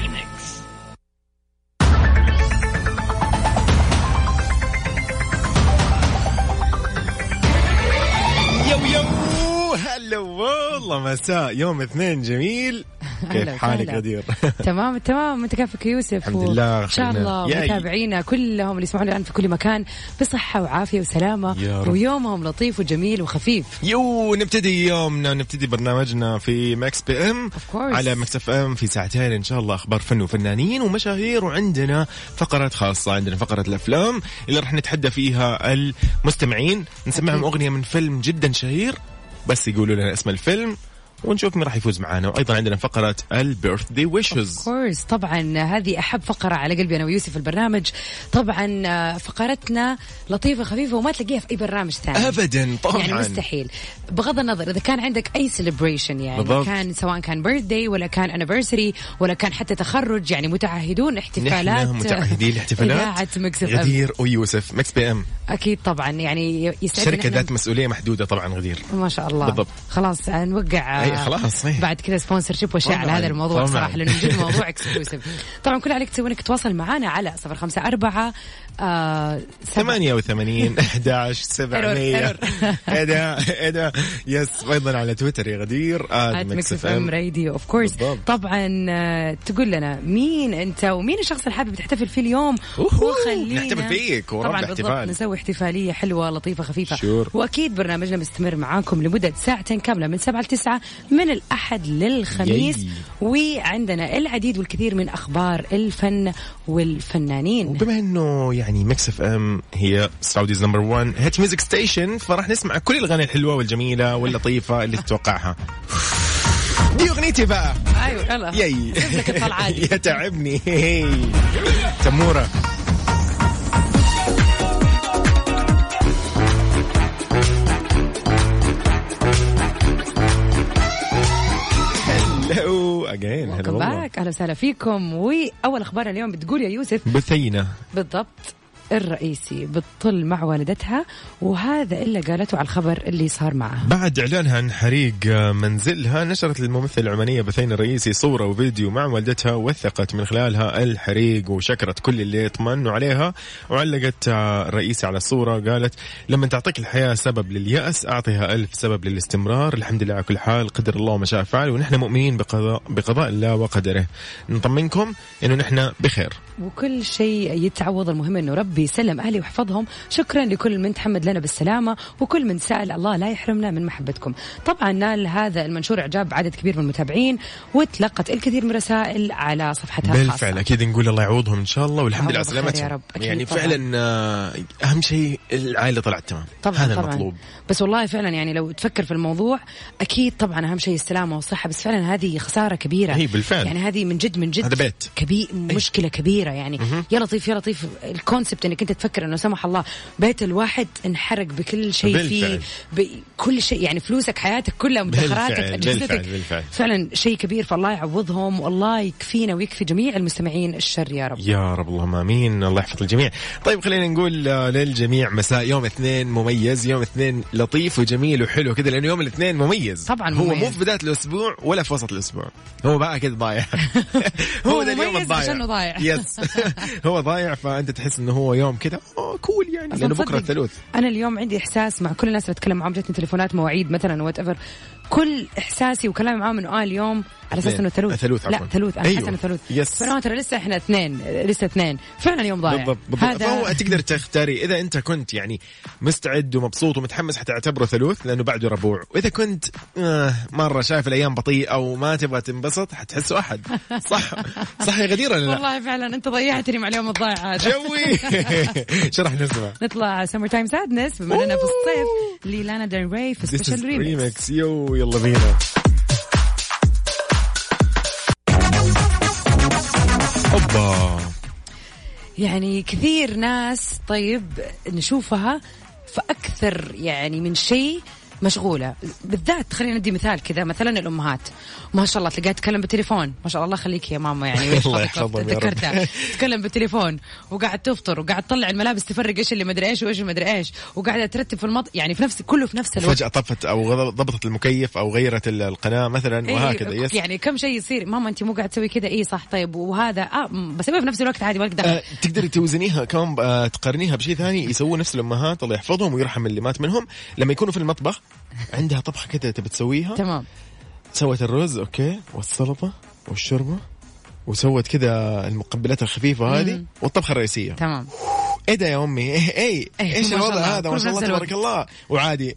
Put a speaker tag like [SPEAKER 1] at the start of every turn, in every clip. [SPEAKER 1] الميكس
[SPEAKER 2] يو يو هلا والله مساء يوم اثنين جميل كيف
[SPEAKER 3] هلا
[SPEAKER 2] حالك
[SPEAKER 3] وسهلا.
[SPEAKER 2] غدير؟
[SPEAKER 3] تمام تمام انت كيفك يوسف
[SPEAKER 2] الحمد لله،
[SPEAKER 3] ان شاء
[SPEAKER 2] خير.
[SPEAKER 3] الله
[SPEAKER 2] يا-
[SPEAKER 3] متابعينا كلهم اللي يسمعونا الان في كل مكان بصحه وعافيه وسلامه
[SPEAKER 2] يا رب.
[SPEAKER 3] ويومهم لطيف وجميل وخفيف
[SPEAKER 2] يو نبتدي يومنا نبتدي برنامجنا في ماكس بي ام
[SPEAKER 3] Of course.
[SPEAKER 2] على ماكس اف ام في ساعتين ان شاء الله اخبار فن وفنانين ومشاهير وعندنا فقرات خاصه عندنا فقره الافلام اللي راح نتحدى فيها المستمعين نسمعهم اغنيه من فيلم جدا شهير بس يقولوا لنا اسم الفيلم ونشوف مين راح يفوز معانا وايضا عندنا فقره البيرث دي ويشز
[SPEAKER 3] كورس طبعا هذه احب فقره على قلبي انا ويوسف البرنامج طبعا آه، فقرتنا لطيفه خفيفه وما تلاقيها في اي برنامج ثاني
[SPEAKER 2] ابدا طبعا
[SPEAKER 3] يعني مستحيل بغض النظر اذا كان عندك اي سليبريشن يعني
[SPEAKER 2] بالضبط.
[SPEAKER 3] كان سواء كان بيرث داي ولا كان انيفرساري ولا كان حتى تخرج يعني متعهدون احتفالات
[SPEAKER 2] نحن متعهدين الاحتفالات
[SPEAKER 3] اذاعه مكس اف
[SPEAKER 2] غدير ويوسف مكس بي ام
[SPEAKER 3] اكيد طبعا يعني يسعدنا
[SPEAKER 2] شركه
[SPEAKER 3] نحن-
[SPEAKER 2] ذات مسؤوليه محدده طبعا غدير
[SPEAKER 3] ما شاء الله
[SPEAKER 2] بالضبط.
[SPEAKER 3] خلاص نوقع
[SPEAKER 2] أي خلاص، أي.
[SPEAKER 3] بعد كذا سبونسر شيب واشياء على
[SPEAKER 2] طبعاً،
[SPEAKER 3] هذا الموضوع
[SPEAKER 2] طبعاً.
[SPEAKER 3] صراحه لانه جد موضوع اكسكلوسيف طبعا كل عليك تسوي انك تتواصل معنا على 054 آه، سبعة.
[SPEAKER 2] 88 11
[SPEAKER 3] إيرور،
[SPEAKER 2] 700 ايه ده ايه ده يس وايضا على تويتر يا غدير
[SPEAKER 3] آت ميكس اف ام راديو اوف كورس
[SPEAKER 2] بالضبط.
[SPEAKER 3] طبعا آه، تقول لنا مين انت ومين الشخص اللي حابب تحتفل فيه اليوم
[SPEAKER 2] أوهو،
[SPEAKER 3] وخلينا
[SPEAKER 2] نحتفل فيك ورب
[SPEAKER 3] طبعا بالضبط
[SPEAKER 2] احتفال.
[SPEAKER 3] نسوي احتفاليه حلوه لطيفه خفيفه
[SPEAKER 2] شور.
[SPEAKER 3] واكيد برنامجنا مستمر معاكم لمده ساعتين كامله من 7 ل 9 من الاحد للخميس
[SPEAKER 2] ياي.
[SPEAKER 3] وعندنا العديد والكثير من اخبار الفن والفنانين
[SPEAKER 2] وبما انه يعني ميكس اف ام هي سعوديز نمبر 1 هيت ميوزك ستيشن فراح نسمع كل الاغاني الحلوه والجميله واللطيفه اللي تتوقعها دي اغنيتي بقى
[SPEAKER 3] ايوه يلا
[SPEAKER 2] ياي
[SPEAKER 3] جيب لك الطلعه دي
[SPEAKER 2] يا تعبني تموره هلو اجين هلا
[SPEAKER 3] Welcome
[SPEAKER 2] والله
[SPEAKER 3] back. اهلا وسهلا فيكم واول اخبار اليوم بتقول يا يوسف
[SPEAKER 2] بثينة
[SPEAKER 3] بالضبط الرئيسي بتطل مع والدتها وهذا اللي قالته على الخبر اللي صار معها
[SPEAKER 2] بعد إعلانها عن حريق آه، منزلها نشرت الممثلة العمانية بثينة الرئيسي صورة وفيديو مع والدتها وثقت من خلالها الحريق وشكرت كل اللي اطمنوا عليها وعلقت آه، الرئيسي على الصورة قالت لما تعطيك الحياة سبب لليأس أعطيها ألف سبب للاستمرار الحمد لله على كل حال قدر الله وما شاء فعل ونحن مؤمنين بقضاء, بقضاء الله وقدره نطمنكم أنه نحن بخير
[SPEAKER 3] وكل شيء يتعوض المهم انه ربي يسلم اهلي ويحفظهم شكرا لكل من تحمد لنا بالسلامه وكل من سال الله لا يحرمنا من محبتكم طبعا نال هذا المنشور اعجاب عدد كبير من المتابعين وتلقت الكثير من الرسائل على صفحتها الخاصه
[SPEAKER 2] بالفعل اكيد نقول الله يعوضهم ان شاء الله والحمد لله على
[SPEAKER 3] الله بالخير
[SPEAKER 2] سلامتهم
[SPEAKER 3] يا رب. أكيد
[SPEAKER 2] يعني
[SPEAKER 3] طبعاً.
[SPEAKER 2] فعلا آه، اهم شيء العائله طلعت تمام
[SPEAKER 3] طبعا
[SPEAKER 2] هذا
[SPEAKER 3] طبعا
[SPEAKER 2] المطلوب
[SPEAKER 3] بس والله فعلا يعني لو تفكر في الموضوع اكيد طبعا اهم شيء السلامه والصحه بس فعلا هذه خساره كبيره
[SPEAKER 2] هي بالفعل.
[SPEAKER 3] يعني هذه من جد من جد
[SPEAKER 2] هذا بيت.
[SPEAKER 3] كبير
[SPEAKER 2] إيه.
[SPEAKER 3] مشكله كبيره يعني يا لطيف يا لطيف الكونسبت انك انت تفكر انه سمح الله بيت الواحد انحرق بكل شيء فيه
[SPEAKER 2] بالفعل.
[SPEAKER 3] بكل شيء يعني فلوسك حياتك كلها مدخراتك
[SPEAKER 2] بالفعل،
[SPEAKER 3] اجهزتك
[SPEAKER 2] بالفعل، بالفعل.
[SPEAKER 3] فعلا شيء كبير فالله يعوضهم والله يكفينا ويكفي جميع المستمعين الشر يا رب
[SPEAKER 2] يا رب اللهم امين الله يحفظ الجميع طيب خلينا نقول آه، للجميع مساء يوم اثنين مميز يوم اثنين لطيف وجميل وحلو كذا لانه يوم الاثنين مميز
[SPEAKER 3] طبعاً
[SPEAKER 2] هو
[SPEAKER 3] مميز.
[SPEAKER 2] مو في بدايه الاسبوع ولا في وسط الاسبوع هو بقى كده ضايع
[SPEAKER 3] هو
[SPEAKER 2] ده اليوم
[SPEAKER 3] مميز
[SPEAKER 2] الضايع
[SPEAKER 3] عشانه ضايع.
[SPEAKER 2] يس هو ضايع فانت تحس انه هو يوم كده أوه، كول يعني
[SPEAKER 3] أصلاً
[SPEAKER 2] لانه بكره
[SPEAKER 3] تصدق
[SPEAKER 2] الثلاث
[SPEAKER 3] انا اليوم عندي احساس مع كل الناس اللي اتكلم معاهم جتني تليفونات مواعيد مثلا وات ايفر كل احساسي وكلامي معاهم انه اه اليوم على اساس
[SPEAKER 2] اثنين.
[SPEAKER 3] انه ثلوث
[SPEAKER 2] ثلوث
[SPEAKER 3] لا
[SPEAKER 2] إيه. عفواً.
[SPEAKER 3] ثلوث انا
[SPEAKER 2] أيوه.
[SPEAKER 3] حاسه انه ثلوث
[SPEAKER 2] يس.
[SPEAKER 3] فانا ترى لسه احنا اثنين لسه اثنين فعلا يوم ضايع
[SPEAKER 2] بالضبط بالضبط فهو
[SPEAKER 3] هذا
[SPEAKER 2] تقدر تختاري اذا انت كنت يعني مستعد ومبسوط ومتحمس حتعتبره ثلوث لانه بعده ربوع واذا كنت آه مره شايف الايام بطيئه وما تبغى تنبسط حتحسه احد صح صح يا غدير ولا لا
[SPEAKER 3] والله فعلا انت ضيعتني مع اليوم الضايع هذا
[SPEAKER 2] جوي شرح نسمع
[SPEAKER 3] نطلع سمر تايم سادنس بما اننا في الصيف للانا ديل ري في
[SPEAKER 2] This is
[SPEAKER 3] سبيشال ريميكس
[SPEAKER 2] remix يو يلا بينا اوبا
[SPEAKER 3] يعني كثير ناس طيب نشوفها في اكثر يعني من شيء مشغوله بالذات خلينا ندي مثال كذا مثلا الامهات ما شاء الله تلقاها تتكلم بالتليفون ما شاء الله الله يخليك يا ماما يعني
[SPEAKER 2] الله يحفظهم يا رب.
[SPEAKER 3] ذكرتها تتكلم بالتليفون وقاعد تفطر وقاعد تطلع الملابس تفرق ايش اللي مدري ايش وايش اللي مدري ايش وقاعده ترتب في المط يعني في نفس كله في نفس الوقت
[SPEAKER 2] فجأة طفت أو غض- ضبطت المكيف أو غيرت ال- القناة مثلا وهكذا
[SPEAKER 3] إيه
[SPEAKER 2] يس
[SPEAKER 3] يعني كم شيء يصير ماما انت مو قاعد تسوي كذا اي صح طيب وهذا اه م- بسويه في نفس الوقت عادي ما لك دخل
[SPEAKER 2] آه، تقدري توزنيها كم آه، تقارنيها بشيء ثاني يسووه نفس الامهات الله يحفظهم ويرحم اللي مات منهم لما يكونوا في المطبخ عندها طبخه كذا تبي تسويها
[SPEAKER 3] تمام
[SPEAKER 2] سوت الرز اوكي والسلطه والشوربه وسوت كذا المقبلات الخفيفه هذه والطبخه الرئيسيه
[SPEAKER 3] تمام
[SPEAKER 2] ايه ده يا امي ايه ايه
[SPEAKER 3] إيه،
[SPEAKER 2] ايش
[SPEAKER 3] ما شاء
[SPEAKER 2] الوضع
[SPEAKER 3] الله،
[SPEAKER 2] هذا
[SPEAKER 3] كل
[SPEAKER 2] ما شاء الله
[SPEAKER 3] نفس الوقت.
[SPEAKER 2] تبارك الله وعادي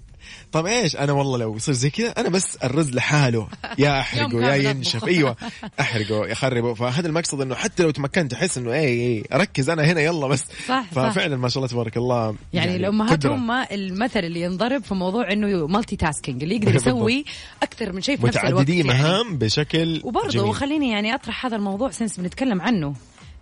[SPEAKER 2] طب ايش انا والله لو يصير زي كذا انا بس الرز لحاله يا احرقه
[SPEAKER 3] يوم
[SPEAKER 2] يا
[SPEAKER 3] كامل
[SPEAKER 2] ينشف
[SPEAKER 3] أطبخ.
[SPEAKER 2] ايوه احرقه يخربه فهذا المقصد انه حتى لو تمكنت إيه، احس انه اي اي ركز انا هنا يلا بس
[SPEAKER 3] صح، صح.
[SPEAKER 2] ففعلا ما شاء الله تبارك الله
[SPEAKER 3] يعني, الامهات
[SPEAKER 2] قدرة.
[SPEAKER 3] هم المثل اللي ينضرب في موضوع انه مالتي تاسكينج اللي يقدر
[SPEAKER 2] بالضبط.
[SPEAKER 3] يسوي اكثر من شيء في نفس الوقت
[SPEAKER 2] متعددي
[SPEAKER 3] يعني.
[SPEAKER 2] مهام بشكل
[SPEAKER 3] وبرضه
[SPEAKER 2] جميل.
[SPEAKER 3] خليني يعني اطرح هذا الموضوع سنس بنتكلم عنه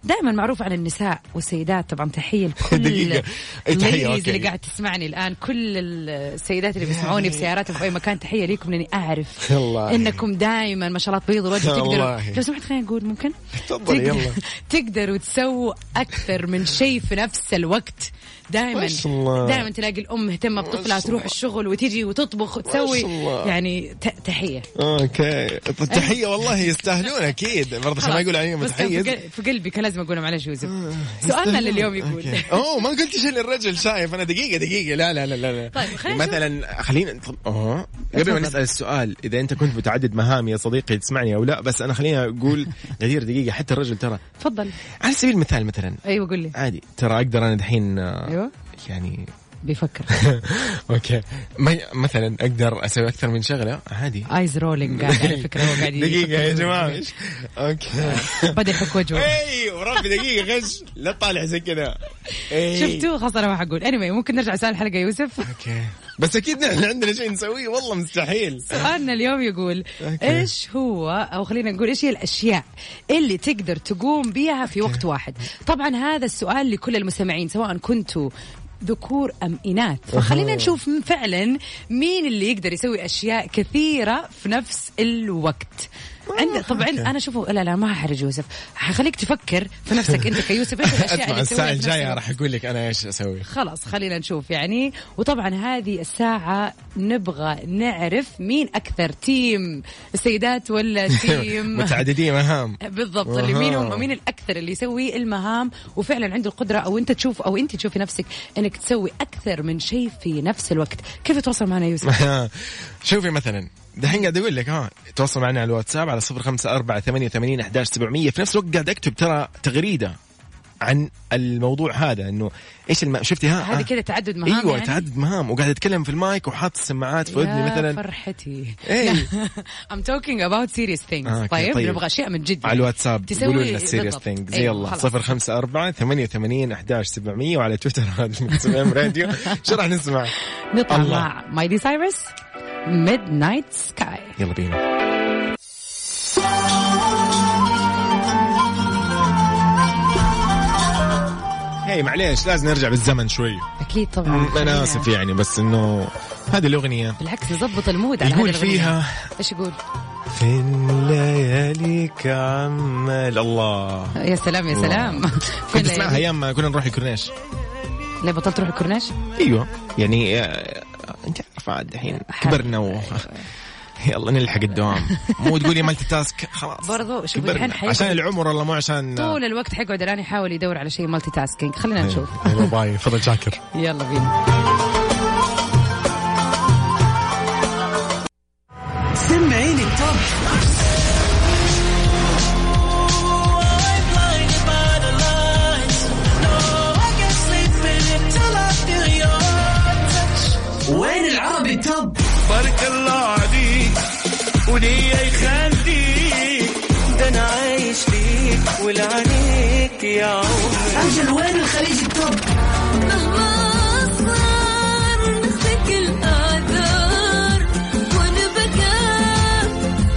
[SPEAKER 3] دائما معروف عن النساء والسيدات طبعا تحيه لكل
[SPEAKER 2] دقيقة. أي تحية،
[SPEAKER 3] ladies
[SPEAKER 2] أوكي.
[SPEAKER 3] اللي قاعد تسمعني الان كل السيدات اللي بيسمعوني
[SPEAKER 2] يعني.
[SPEAKER 3] في سياراتهم في اي مكان تحيه ليكم لاني اعرف
[SPEAKER 2] والله.
[SPEAKER 3] انكم دائما ما شاء الله تبيضوا الوجه
[SPEAKER 2] والله.
[SPEAKER 3] تقدروا لو سمحت خليني اقول ممكن
[SPEAKER 2] تفضلي،
[SPEAKER 3] تقدر-
[SPEAKER 2] يلا.
[SPEAKER 3] تقدروا تسووا اكثر من شيء في نفس الوقت دائما
[SPEAKER 2] ما شاء الله.
[SPEAKER 3] دائما تلاقي الام مهتمه بطفلها
[SPEAKER 2] شاء
[SPEAKER 3] تروح
[SPEAKER 2] الله.
[SPEAKER 3] الشغل وتجي وتطبخ وتسوي
[SPEAKER 2] شاء الله.
[SPEAKER 3] يعني ت- تحيه
[SPEAKER 2] اوكي تحيه والله يستاهلون اكيد برضه عشان ما يقول علي
[SPEAKER 3] بس كان
[SPEAKER 2] متحيز آه،
[SPEAKER 3] في قل- في قلبي كان لازم اقولها معلش يوسف سؤالنا لليوم يقول
[SPEAKER 2] طيب. أوكي. اوه ما قلتش الا الرجل شايف انا دقيقه دقيقه لا لا لا لا لا.
[SPEAKER 3] طيب، خلينا نشوف.
[SPEAKER 2] مثلا خلينا طب- اه قبل ما
[SPEAKER 3] اتفضل.
[SPEAKER 2] نسال السؤال اذا انت كنت متعدد مهام يا صديقي تسمعني او لا بس انا خليني اقول غدير دقيقه حتى الرجل ترى
[SPEAKER 3] تفضل
[SPEAKER 2] على سبيل المثال مثلا
[SPEAKER 3] ايوه قول لي
[SPEAKER 2] عادي ترى اقدر انا دحين آه،
[SPEAKER 3] أيوة.
[SPEAKER 2] يعني
[SPEAKER 3] بيفكر
[SPEAKER 2] اوكي ما مثلا اقدر اسوي اكثر من شغله عادي
[SPEAKER 3] ايز رولينج قاعد على فكره هو قاعد
[SPEAKER 2] دقيقة يا
[SPEAKER 3] يفكر.
[SPEAKER 2] جماعة إيش؟ اوكي
[SPEAKER 3] بدا يحك وجهه
[SPEAKER 2] اي وربي دقيقة غش لا تطالع زي كذا إي.
[SPEAKER 3] شفتوا خلاص انا ما حقول انمي ممكن نرجع لسؤال الحلقه يا يوسف
[SPEAKER 2] اوكي بس اكيد نحن عندنا شيء نسويه والله مستحيل
[SPEAKER 3] سؤالنا اليوم يقول
[SPEAKER 2] أوكي.
[SPEAKER 3] ايش هو او خلينا نقول ايش هي الاشياء اللي تقدر تقوم بها في وقت واحد طبعا هذا السؤال لكل المستمعين سواء كنتوا ذكور ام اناث فخلينا نشوف م- فعلا مين اللي يقدر يسوي اشياء كثيره في نفس الوقت عند طبعا انا شوفوا لا لا ما ححرج يوسف حخليك تفكر في نفسك انت كيوسف ايش الاشياء
[SPEAKER 2] اسمع
[SPEAKER 3] اللي تسويها
[SPEAKER 2] الساعة
[SPEAKER 3] في نفس
[SPEAKER 2] الجاية
[SPEAKER 3] الوقت؟
[SPEAKER 2] راح اقول لك انا ايش اسوي
[SPEAKER 3] خلاص خلينا نشوف يعني وطبعا هذه الساعة نبغى نعرف مين أكثر تيم السيدات ولا تيم
[SPEAKER 2] متعددي مهام
[SPEAKER 3] بالضبط اللي مين هم مين الأكثر اللي يسوي المهام وفعلا عنده القدرة أو أنت تشوف أو أنت تشوفي نفسك أنك تسوي أكثر من شيء في نفس الوقت كيف يتواصل معنا يوسف؟
[SPEAKER 2] شوفي مثلا دحين قاعد اقول لك ها تواصل معنا على الواتساب على 054 88 11700 في نفس الوقت قاعد اكتب ترى تغريده عن الموضوع هذا انه ايش الم... شفتي ها
[SPEAKER 3] هذه
[SPEAKER 2] آه.
[SPEAKER 3] كذا تعدد مهام
[SPEAKER 2] ايوه
[SPEAKER 3] يعني؟
[SPEAKER 2] تعدد مهام وقاعد اتكلم في المايك وحاط السماعات في
[SPEAKER 3] يا
[SPEAKER 2] ودني مثلا
[SPEAKER 3] فرحتي
[SPEAKER 2] إيه.
[SPEAKER 3] I'm talking about serious things
[SPEAKER 2] آه، أوكي،
[SPEAKER 3] طيب,
[SPEAKER 2] طيب.
[SPEAKER 3] نبغى أشياء من جد
[SPEAKER 2] على الواتساب
[SPEAKER 3] تسوي
[SPEAKER 2] قولوا لنا السيريس
[SPEAKER 3] بالضبط.
[SPEAKER 2] ثينج زي
[SPEAKER 3] أيوة،
[SPEAKER 2] الله
[SPEAKER 3] خلاص.
[SPEAKER 2] 054 88 11 700 وعلى تويتر @مكسفم راديو شو راح نسمع؟
[SPEAKER 3] نطلع
[SPEAKER 2] الله.
[SPEAKER 3] مع مايدي سايرس ميد نايت سكاي
[SPEAKER 2] يلا بينا هي معليش لازم نرجع بالزمن شوي
[SPEAKER 3] اكيد طبعا
[SPEAKER 2] انا اسف يعني بس انه هذه الاغنيه
[SPEAKER 3] بالعكس يظبط المود على
[SPEAKER 2] يقول
[SPEAKER 3] هذه الأغنية.
[SPEAKER 2] فيها
[SPEAKER 3] ايش يقول؟
[SPEAKER 2] فين لياليك عمال الله
[SPEAKER 3] يا سلام يا سلام فين
[SPEAKER 2] كنت اسمعها
[SPEAKER 3] ليالي؟
[SPEAKER 2] ايام ما كنا نروح الكورنيش
[SPEAKER 3] ليه بطلت تروح الكورنيش؟
[SPEAKER 2] ايوه يعني آه، انت عارفه عاد الحين كبرنا و...
[SPEAKER 3] أيوة.
[SPEAKER 2] يلا نلحق الدوام مو تقولي مالتي تاسك خلاص
[SPEAKER 3] برضو شوف
[SPEAKER 2] كبرنا.
[SPEAKER 3] الحين حيكون-
[SPEAKER 2] عشان العمر والله مو عشان آه.
[SPEAKER 3] طول الوقت حيقعد الان يحاول يدور على شيء مالتي تاسكينج خلينا
[SPEAKER 2] أيوه.
[SPEAKER 3] نشوف
[SPEAKER 2] يلا باي تفضل شاكر
[SPEAKER 3] يلا بينا
[SPEAKER 1] سمعيني التوب وين العربي التوب
[SPEAKER 4] بارك الله عليك وليا يخليك ده انا عايش ليك ولعنيك يا عمري
[SPEAKER 1] اجل وين الخليج التوب
[SPEAKER 5] مهما أصبر نخفيك الأعذار ونبكى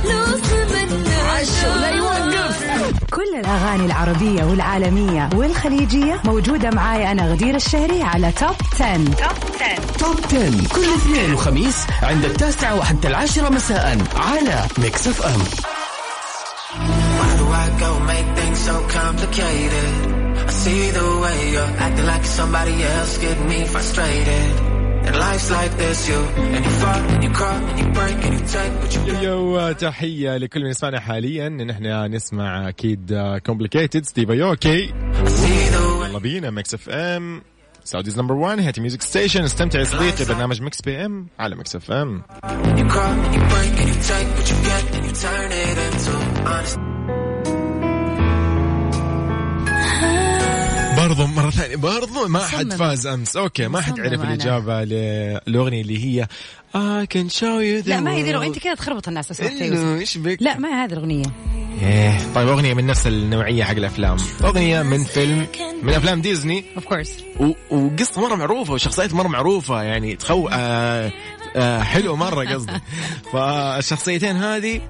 [SPEAKER 5] لو سمنا
[SPEAKER 1] عشو لا يوقف
[SPEAKER 3] كل
[SPEAKER 6] الأغاني العربية والعالمية والخليجية موجودة معاي أنا غدير الشهري على توب 10
[SPEAKER 1] توب 10 كل اثنين وخميس عند التاسعة وحتى العاشرة مساء على ميكس اف ام
[SPEAKER 7] Why do I go make things so complicated? I see the way you're acting like somebody else, getting me frustrated. And life's like this, you and you fall and you cry and you break and you take what you
[SPEAKER 2] يو يو تحية لكل من يسمعنا حاليا نحن نسمع أكيد آه، كومبليكيتد ستيف أيوكي
[SPEAKER 7] see the way.
[SPEAKER 2] يلا بينا ميكس اف ام سعوديز نمبر 1 هاتي ميوزك ستيشن استمتع يا صديقي برنامج ميكس بي ام على ميكس اف ام
[SPEAKER 7] You cry and you break and you take what you get and you turn it into honest.
[SPEAKER 2] برضو مرة ثانية برضو ما حد
[SPEAKER 3] مصمم.
[SPEAKER 2] فاز أمس أوكي ما حد
[SPEAKER 3] مصممة
[SPEAKER 2] عرف
[SPEAKER 3] أنا.
[SPEAKER 2] الإجابة للأغنية اللي هي I can show you the
[SPEAKER 3] لا ما هي ذي الأغنية.
[SPEAKER 2] world.
[SPEAKER 3] انت كذا تخربط الناس لو سمحت يا يوسف.
[SPEAKER 2] إنه إيش بك
[SPEAKER 3] لا ما هي هذه الاغنيه
[SPEAKER 2] إيه، طيب أغنية من نفس النوعية حق الأفلام أغنية من فيلم من أفلام ديزني
[SPEAKER 3] اوف كورس
[SPEAKER 2] و- وقصة مرة معروفة وشخصيات مرة معروفة يعني تخو آه آه حلو مرة قصدي فالشخصيتين هذه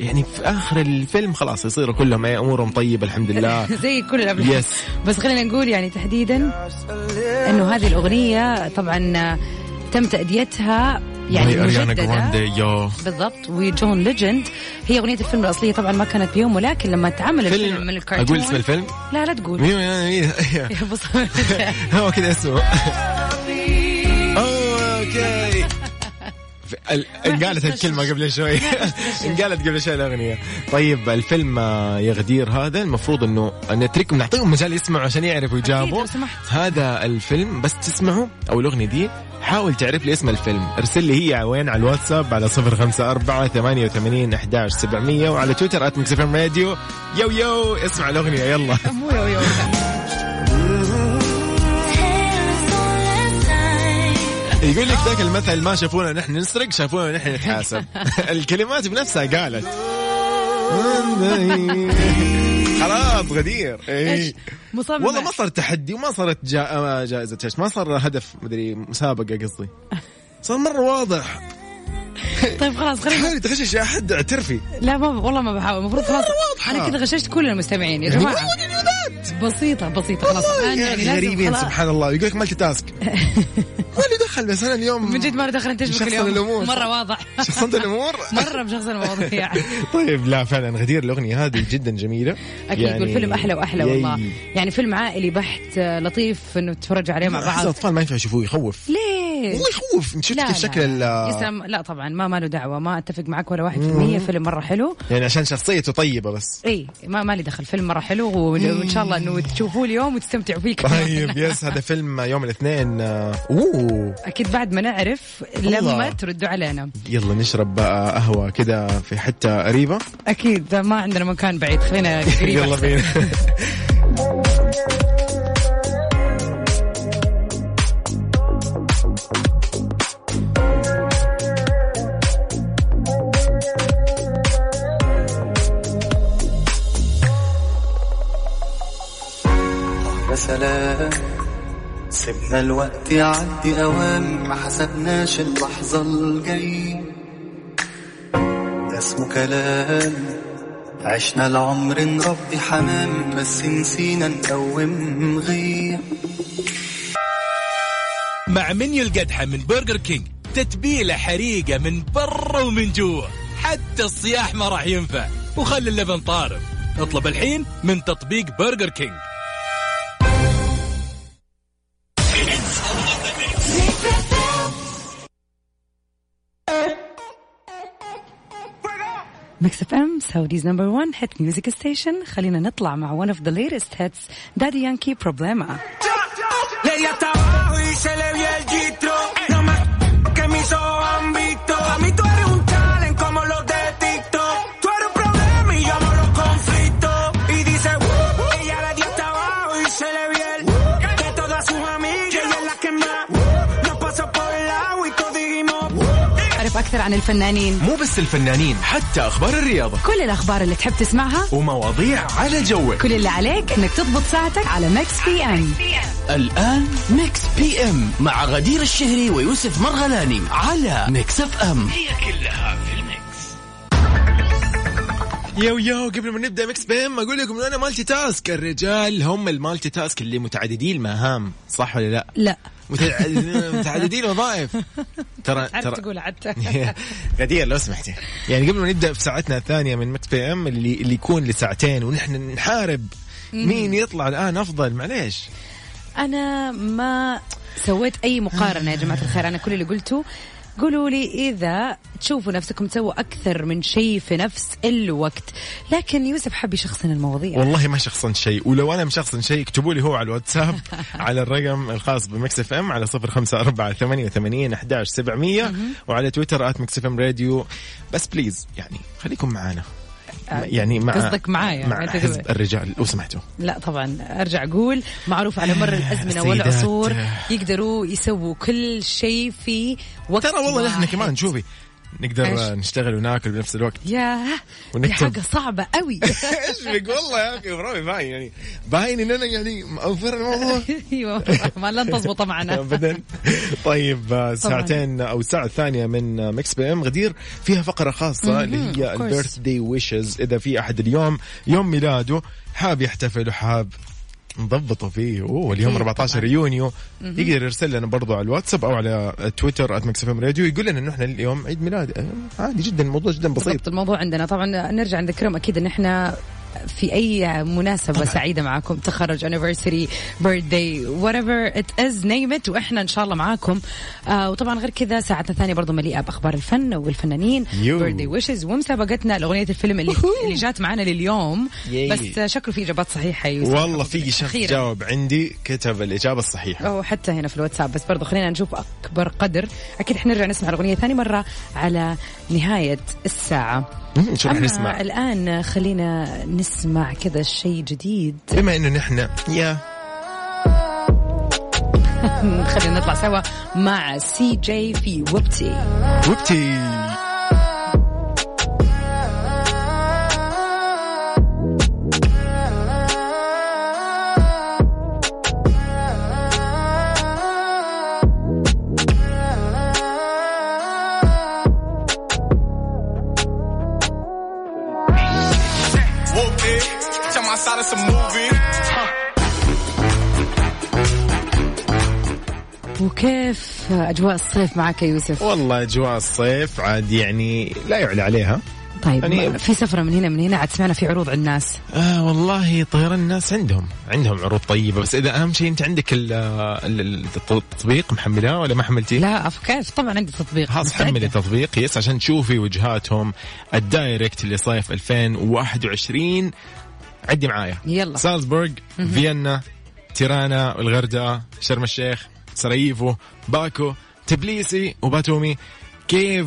[SPEAKER 2] يعني في آخر الفيلم خلاص يصيروا كلهم إيه، أمورهم طيبة الحمد لله
[SPEAKER 3] زي كل الافلام
[SPEAKER 2] Yes.
[SPEAKER 3] بس خلينا نقول يعني تحديدا انه هذه الاغنيه طبعا تم تاديتها يعني
[SPEAKER 2] أريانا
[SPEAKER 3] مجدده
[SPEAKER 2] جراندي يو
[SPEAKER 3] بالضبط وجون ليجند هي اغنيه الفيلم الاصليه طبعا ما كانت بيوم ولكن لما تعمل
[SPEAKER 2] فيلم-
[SPEAKER 3] الفيلم من الكرتون
[SPEAKER 2] أقول اسم الفيلم؟
[SPEAKER 3] لا لا تقول
[SPEAKER 2] مين مين-
[SPEAKER 3] يا بصمة.
[SPEAKER 2] هو كذا اسمه اوكي ف- ال- انقالت الكلمة قبل شوي انقالت قبل شوي الأغنية طيب الفيلم آه، يا غدير هذا المفروض أنه نتركهم نعطيهم مجال يسمعوا عشان يعرفوا يجابوا
[SPEAKER 3] لو سمحت.
[SPEAKER 2] هذا الفيلم بس تسمعه أو الأغنية دي حاول تعرف لي اسم الفيلم ارسل لي هي وين على الواتساب على 054 88 11 700 وعلى تويتر ات راديو يو يو اسمع الأغنية يلا
[SPEAKER 3] مو يو يو
[SPEAKER 2] يقول لك ذاك المثل ما شافونا نحن نسرق شافونا نحن نتحاسب الكلمات بنفسها قالت خلاص غدير إيه.
[SPEAKER 3] مصمم
[SPEAKER 2] والله ما صار تحدي وما صارت جا... آه، جائزة ايش ما صار هدف مدري مسابقة قصدي صار مرة واضح
[SPEAKER 3] طيب خلاص خلينا
[SPEAKER 2] حاولي تغشش يا احد اعترفي
[SPEAKER 3] لا ما والله ما بحاول المفروض خلاص انا كذا غششت كل المستمعين يا جماعه بسيطه بسيطه خلاص الان يعني
[SPEAKER 2] يا
[SPEAKER 3] لازم
[SPEAKER 2] غريبين
[SPEAKER 3] خلاص.
[SPEAKER 2] سبحان الله يقول لك مالتي تاسك ما لي دخل بس انا اليوم
[SPEAKER 3] من جد ما له دخل انتجمك
[SPEAKER 2] شخصن
[SPEAKER 3] اليوم
[SPEAKER 2] الأمور.
[SPEAKER 3] مره واضح
[SPEAKER 2] شخصنت الامور
[SPEAKER 3] مره مشخصن المواضيع
[SPEAKER 2] طيب لا فعلا غدير الاغنيه هذه جدا جميله
[SPEAKER 3] اكيد يعني والفيلم احلى واحلى
[SPEAKER 2] ياي.
[SPEAKER 3] والله يعني فيلم عائلي بحت آه، لطيف انه تتفرج عليه مع
[SPEAKER 2] أحس
[SPEAKER 3] بعض
[SPEAKER 2] الاطفال ما ينفع يشوفوه يخوف
[SPEAKER 3] ليه
[SPEAKER 2] والله يخوف شفت كيف شكل
[SPEAKER 3] لا.
[SPEAKER 2] ال-
[SPEAKER 3] يسلم لا طبعا ما ما له دعوه ما اتفق معك ولا واحد في المية فيلم مره حلو
[SPEAKER 2] يعني عشان شخصيته طيبه بس
[SPEAKER 3] اي ما ما لي دخل فيلم مره حلو وإن- وان شاء الله انه تشوفوه اليوم وتستمتعوا فيه كمان.
[SPEAKER 2] طيب يس هذا فيلم يوم الاثنين آه، اوه
[SPEAKER 3] اكيد بعد ما نعرف
[SPEAKER 2] والله.
[SPEAKER 3] لما تردوا علينا
[SPEAKER 2] يلا نشرب بقى قهوه كده في حته قريبه
[SPEAKER 3] اكيد ما عندنا مكان بعيد خلينا قريب
[SPEAKER 2] يلا
[SPEAKER 3] أحسن.
[SPEAKER 2] بينا
[SPEAKER 7] يا سلام سيبنا الوقت يعدي اوام ما حسبناش اللحظة الجاية ده اسمه كلام عشنا العمر نربي حمام بس نسينا نقوم غير
[SPEAKER 8] مع منيو القدحة من برجر كينج تتبيلة حريقة من برا ومن جوا حتى الصياح ما راح ينفع وخلي اللبن طارد اطلب الحين من تطبيق برجر كينج
[SPEAKER 3] ميكس اف ام سعوديز نمبر 1 هيت ميوزك ستيشن خلينا نطلع مع ون اوف ذا ليتست هيتس دادي يانكي بروبليما
[SPEAKER 4] Ella está abajo y se le vio el gistro. No más que mis ojos han visto. A mí tú eres un talent como los de TikTok. Tú eres un problema y yo amo los conflictos. Y dice, "Uh, uh". ella la dio hasta abajo y se le vio el. De todas sus amigas, ella es la que más. Nos pasó por el agua y todos dijimos.
[SPEAKER 6] أعرف أكثر عن الفنانين
[SPEAKER 1] مو بس الفنانين حتى أخبار الرياضة
[SPEAKER 6] كل الأخبار اللي تحب تسمعها
[SPEAKER 1] ومواضيع على جوك
[SPEAKER 6] كل اللي عليك انك تضبط ساعتك على ميكس بي ام
[SPEAKER 1] الآن ميكس بي ام مع غدير الشهري ويوسف مرغلاني على ميكس اف ام
[SPEAKER 2] يو يو قبل ما نبدا مكس بيم اقول لكم إن انا مالتي تاسك الرجال هم المالتي تاسك اللي متعددي المهام صح ولا لا؟
[SPEAKER 3] لا
[SPEAKER 2] متع- متعددي الوظائف ترى
[SPEAKER 3] عرفت
[SPEAKER 2] ترى
[SPEAKER 3] تقول حتى
[SPEAKER 2] غدير لو سمحتي يعني قبل ما نبدا في ساعتنا الثانيه من مكس بي ام اللي اللي يكون لساعتين ونحن نحارب مين يطلع الان افضل معليش
[SPEAKER 3] انا ما سويت اي مقارنه يا جماعه الخير انا كل اللي قلته قولوا لي اذا تشوفوا نفسكم تسووا اكثر من شيء في نفس الوقت لكن يوسف حب يشخصن المواضيع
[SPEAKER 2] والله ما شخصن شيء ولو انا مشخصن شيء اكتبوا لي هو على الواتساب على الرقم الخاص بمكس اف ام على 05488 11700 وعلى تويتر ات مكس اف ام راديو بس بليز يعني خليكم معانا يعني مع
[SPEAKER 3] آه، قصدك معايا،
[SPEAKER 2] مع
[SPEAKER 3] أنت
[SPEAKER 2] حزب
[SPEAKER 3] قصدك.
[SPEAKER 2] الرجال لو سمحتوا
[SPEAKER 3] لا طبعا ارجع اقول معروف على مر الازمنه
[SPEAKER 2] السيدات.
[SPEAKER 3] والعصور يقدروا يسووا كل شيء في وقت
[SPEAKER 2] ترى والله نحن
[SPEAKER 3] واحد.
[SPEAKER 2] كمان شوفي نقدر
[SPEAKER 3] إيش؟
[SPEAKER 2] نشتغل وناكل بنفس الوقت
[SPEAKER 3] يا دي
[SPEAKER 2] ونكتب.
[SPEAKER 3] حاجه صعبه قوي
[SPEAKER 2] ايش بك والله يا اخي برافو باين يعني باين ان انا يعني مأوفر الموضوع
[SPEAKER 3] ايوه ما لن تزبط معنا
[SPEAKER 2] ابدا طيب آه، ساعتين او الساعه الثانيه من آه، ميكس بي ام غدير فيها فقره خاصه اللي هي
[SPEAKER 3] of course.
[SPEAKER 2] البيرث داي ويشز اذا في احد اليوم يوم ميلاده حاب يحتفل وحاب نضبطه فيه اوه اليوم
[SPEAKER 3] أكيد
[SPEAKER 2] 14 يونيو يقدر يرسل لنا برضو على الواتساب او على تويتر @مكس ام راديو يقول لنا انه احنا اليوم عيد ميلاد آه، عادي جدا الموضوع جدا بسيط
[SPEAKER 3] بالضبط الموضوع عندنا طبعا نرجع نذكرهم اكيد ان احنا في اي مناسبه طبعا. سعيده معاكم تخرج انيفرساري بيرثداي وات ايفر ات از نيم ات واحنا ان شاء الله معاكم آه وطبعا غير كذا ساعتنا الثانيه برضو مليئه باخبار الفن والفنانين
[SPEAKER 2] يو.
[SPEAKER 3] بيرثداي ويشز ومسابقتنا لاغنيه الفيلم اللي, اللي جات معنا لليوم
[SPEAKER 2] ياي.
[SPEAKER 3] بس آه، شكله في اجابات صحيحه يوسف
[SPEAKER 2] والله في شخص
[SPEAKER 3] أخيراً.
[SPEAKER 2] جاوب عندي كتب الاجابه الصحيحه
[SPEAKER 3] أو حتى هنا في الواتساب بس برضو خلينا نشوف أكبر قدر أكيد حنرجع نسمع الأغنية ثاني مرة على نهاية الساعة
[SPEAKER 2] مم، شو رح
[SPEAKER 3] أما
[SPEAKER 2] نسمع؟
[SPEAKER 3] الآن خلينا نسمع كذا شيء جديد
[SPEAKER 2] بما انه نحن يا
[SPEAKER 3] خلينا نطلع سوا مع سي جي في وبتي
[SPEAKER 2] وبتي
[SPEAKER 4] Whoop it. Tell my side it's a movie.
[SPEAKER 3] وكيف أجواء الصيف معك يا يوسف
[SPEAKER 2] والله اجواء الصيف عاد يعني لا يعلى عليها
[SPEAKER 3] طيب
[SPEAKER 2] يعني-
[SPEAKER 3] في سفرة من هنا من هنا عاد سمعنا في عروض على الناس
[SPEAKER 2] آه والله طيران الناس عندهم عندهم عروض طيبه بس اذا اهم شيء انت عندك ال- ال- التط- التطبيق محملاه ولا ما حملتيه؟
[SPEAKER 3] لا أف- كيف طبعا عندي تطبيق
[SPEAKER 2] خلاص
[SPEAKER 3] مستعدة.
[SPEAKER 2] حملي تطبيق يس عشان تشوفي وجهاتهم الدايركت لصيف 2021 عدي معايا
[SPEAKER 3] يلا.
[SPEAKER 2] سالزبورغ فيينا تيرانا الغردقه شرم الشيخ سراييفو باكو تبليسي وباتومي كيف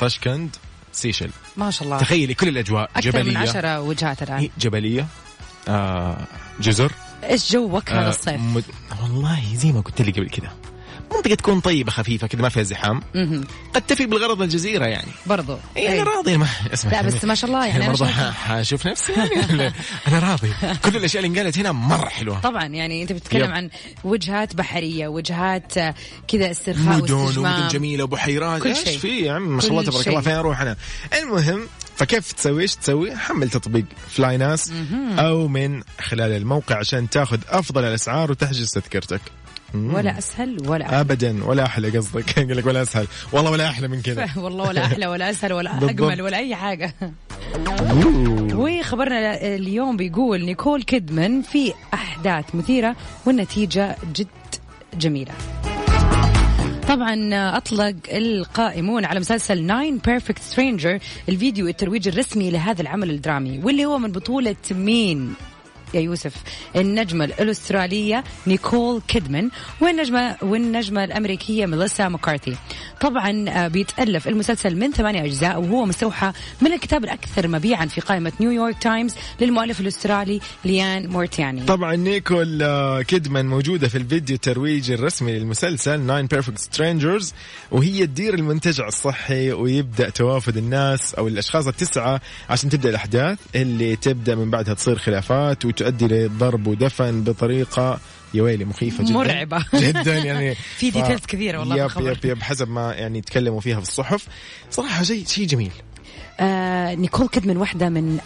[SPEAKER 2] طشكند سيشل
[SPEAKER 3] ما شاء الله
[SPEAKER 2] تخيلي كل الاجواء
[SPEAKER 3] آه. أكثر من
[SPEAKER 2] جبليه
[SPEAKER 3] عشرة وجهات الآن
[SPEAKER 2] هي جبليه آه جزر
[SPEAKER 3] إيش جوك هذا
[SPEAKER 2] آه،
[SPEAKER 3] الصيف
[SPEAKER 2] مد... والله زي ما قلت لي قبل كذا منطقة تكون طيبة خفيفة كذا ما فيها زحام
[SPEAKER 3] مهم.
[SPEAKER 2] قد تفي بالغرض الجزيرة يعني
[SPEAKER 3] برضو طيب.
[SPEAKER 2] اي انا
[SPEAKER 3] أي.
[SPEAKER 2] راضي إيه، ما اسمع
[SPEAKER 3] إيه، لا، بس ما شاء الله، يعني
[SPEAKER 2] انا
[SPEAKER 3] أنا
[SPEAKER 2] برضه
[SPEAKER 3] شايفة.
[SPEAKER 2] ح- حاشوف نفسي يعني انا راضي كل الاشياء اللي انقالت هنا مرة حلوة
[SPEAKER 3] طبعا يعني انت بتتكلم
[SPEAKER 2] يب.
[SPEAKER 3] عن وجهات بحريه وجهات آه، كذا استرخاء
[SPEAKER 2] مدن ومدن
[SPEAKER 3] واستجمام
[SPEAKER 2] جميلة وبحيرات
[SPEAKER 3] كل
[SPEAKER 2] ايش
[SPEAKER 3] شيء.
[SPEAKER 2] في يا عم ما شاء الله
[SPEAKER 3] كل
[SPEAKER 2] تبارك
[SPEAKER 3] شيء.
[SPEAKER 2] الله فين اروح انا المهم فكيف تسوي ايش تسوي حمل تطبيق فلاي ناس او من خلال الموقع عشان تاخذ افضل الاسعار وتحجز تذكرتك مم. آه.
[SPEAKER 3] ولا اسهل ولا
[SPEAKER 2] ابدا ولا احلى قصدك يقول لك ولا اسهل والله ولا احلى من كذا
[SPEAKER 3] أحلى. والله ولا احلى ولا اسهل ولا
[SPEAKER 2] بالضبط.
[SPEAKER 3] اجمل ولا اي حاجه وخبرنا ل- اليوم بيقول نيكول كيدمان في احداث مثيره والنتيجه جد جميله طبعا اطلق القائمون على مسلسل ناين بيرفكت سترينجر الفيديو الترويج الرسمي لهذا العمل الدرامي واللي هو من بطوله مين يا يوسف النجمة الأسترالية نيكول كيدمان والنجمة والنجمة الأمريكية ميليسا مكارثي طبعا آه، بيتألف المسلسل من ثمانية أجزاء وهو مستوحى من الكتاب الأكثر مبيعا في قائمة نيويورك تايمز للمؤلف الأسترالي ليان مورتياني
[SPEAKER 2] طبعا نيكول آه، كيدمان موجودة في الفيديو الترويجي الرسمي للمسلسل ناين بيرفكت سترينجرز وهي تدير المنتجع الصحي ويبدأ توافد الناس أو الأشخاص التسعة عشان تبدأ الأحداث اللي تبدأ من بعدها تصير خلافات وتؤدي لضرب ودفن بطريقة يا ويلي مخيفة جدا
[SPEAKER 3] مرعبة.
[SPEAKER 2] جدا يعني
[SPEAKER 3] في details كثيرة والله
[SPEAKER 2] يب
[SPEAKER 3] بالخبر.
[SPEAKER 2] يب يب حسب ما يعني تكلموا فيها في الصحف صراحة شيء شيء جميل
[SPEAKER 3] آه، نيكول كيدمان واحدة من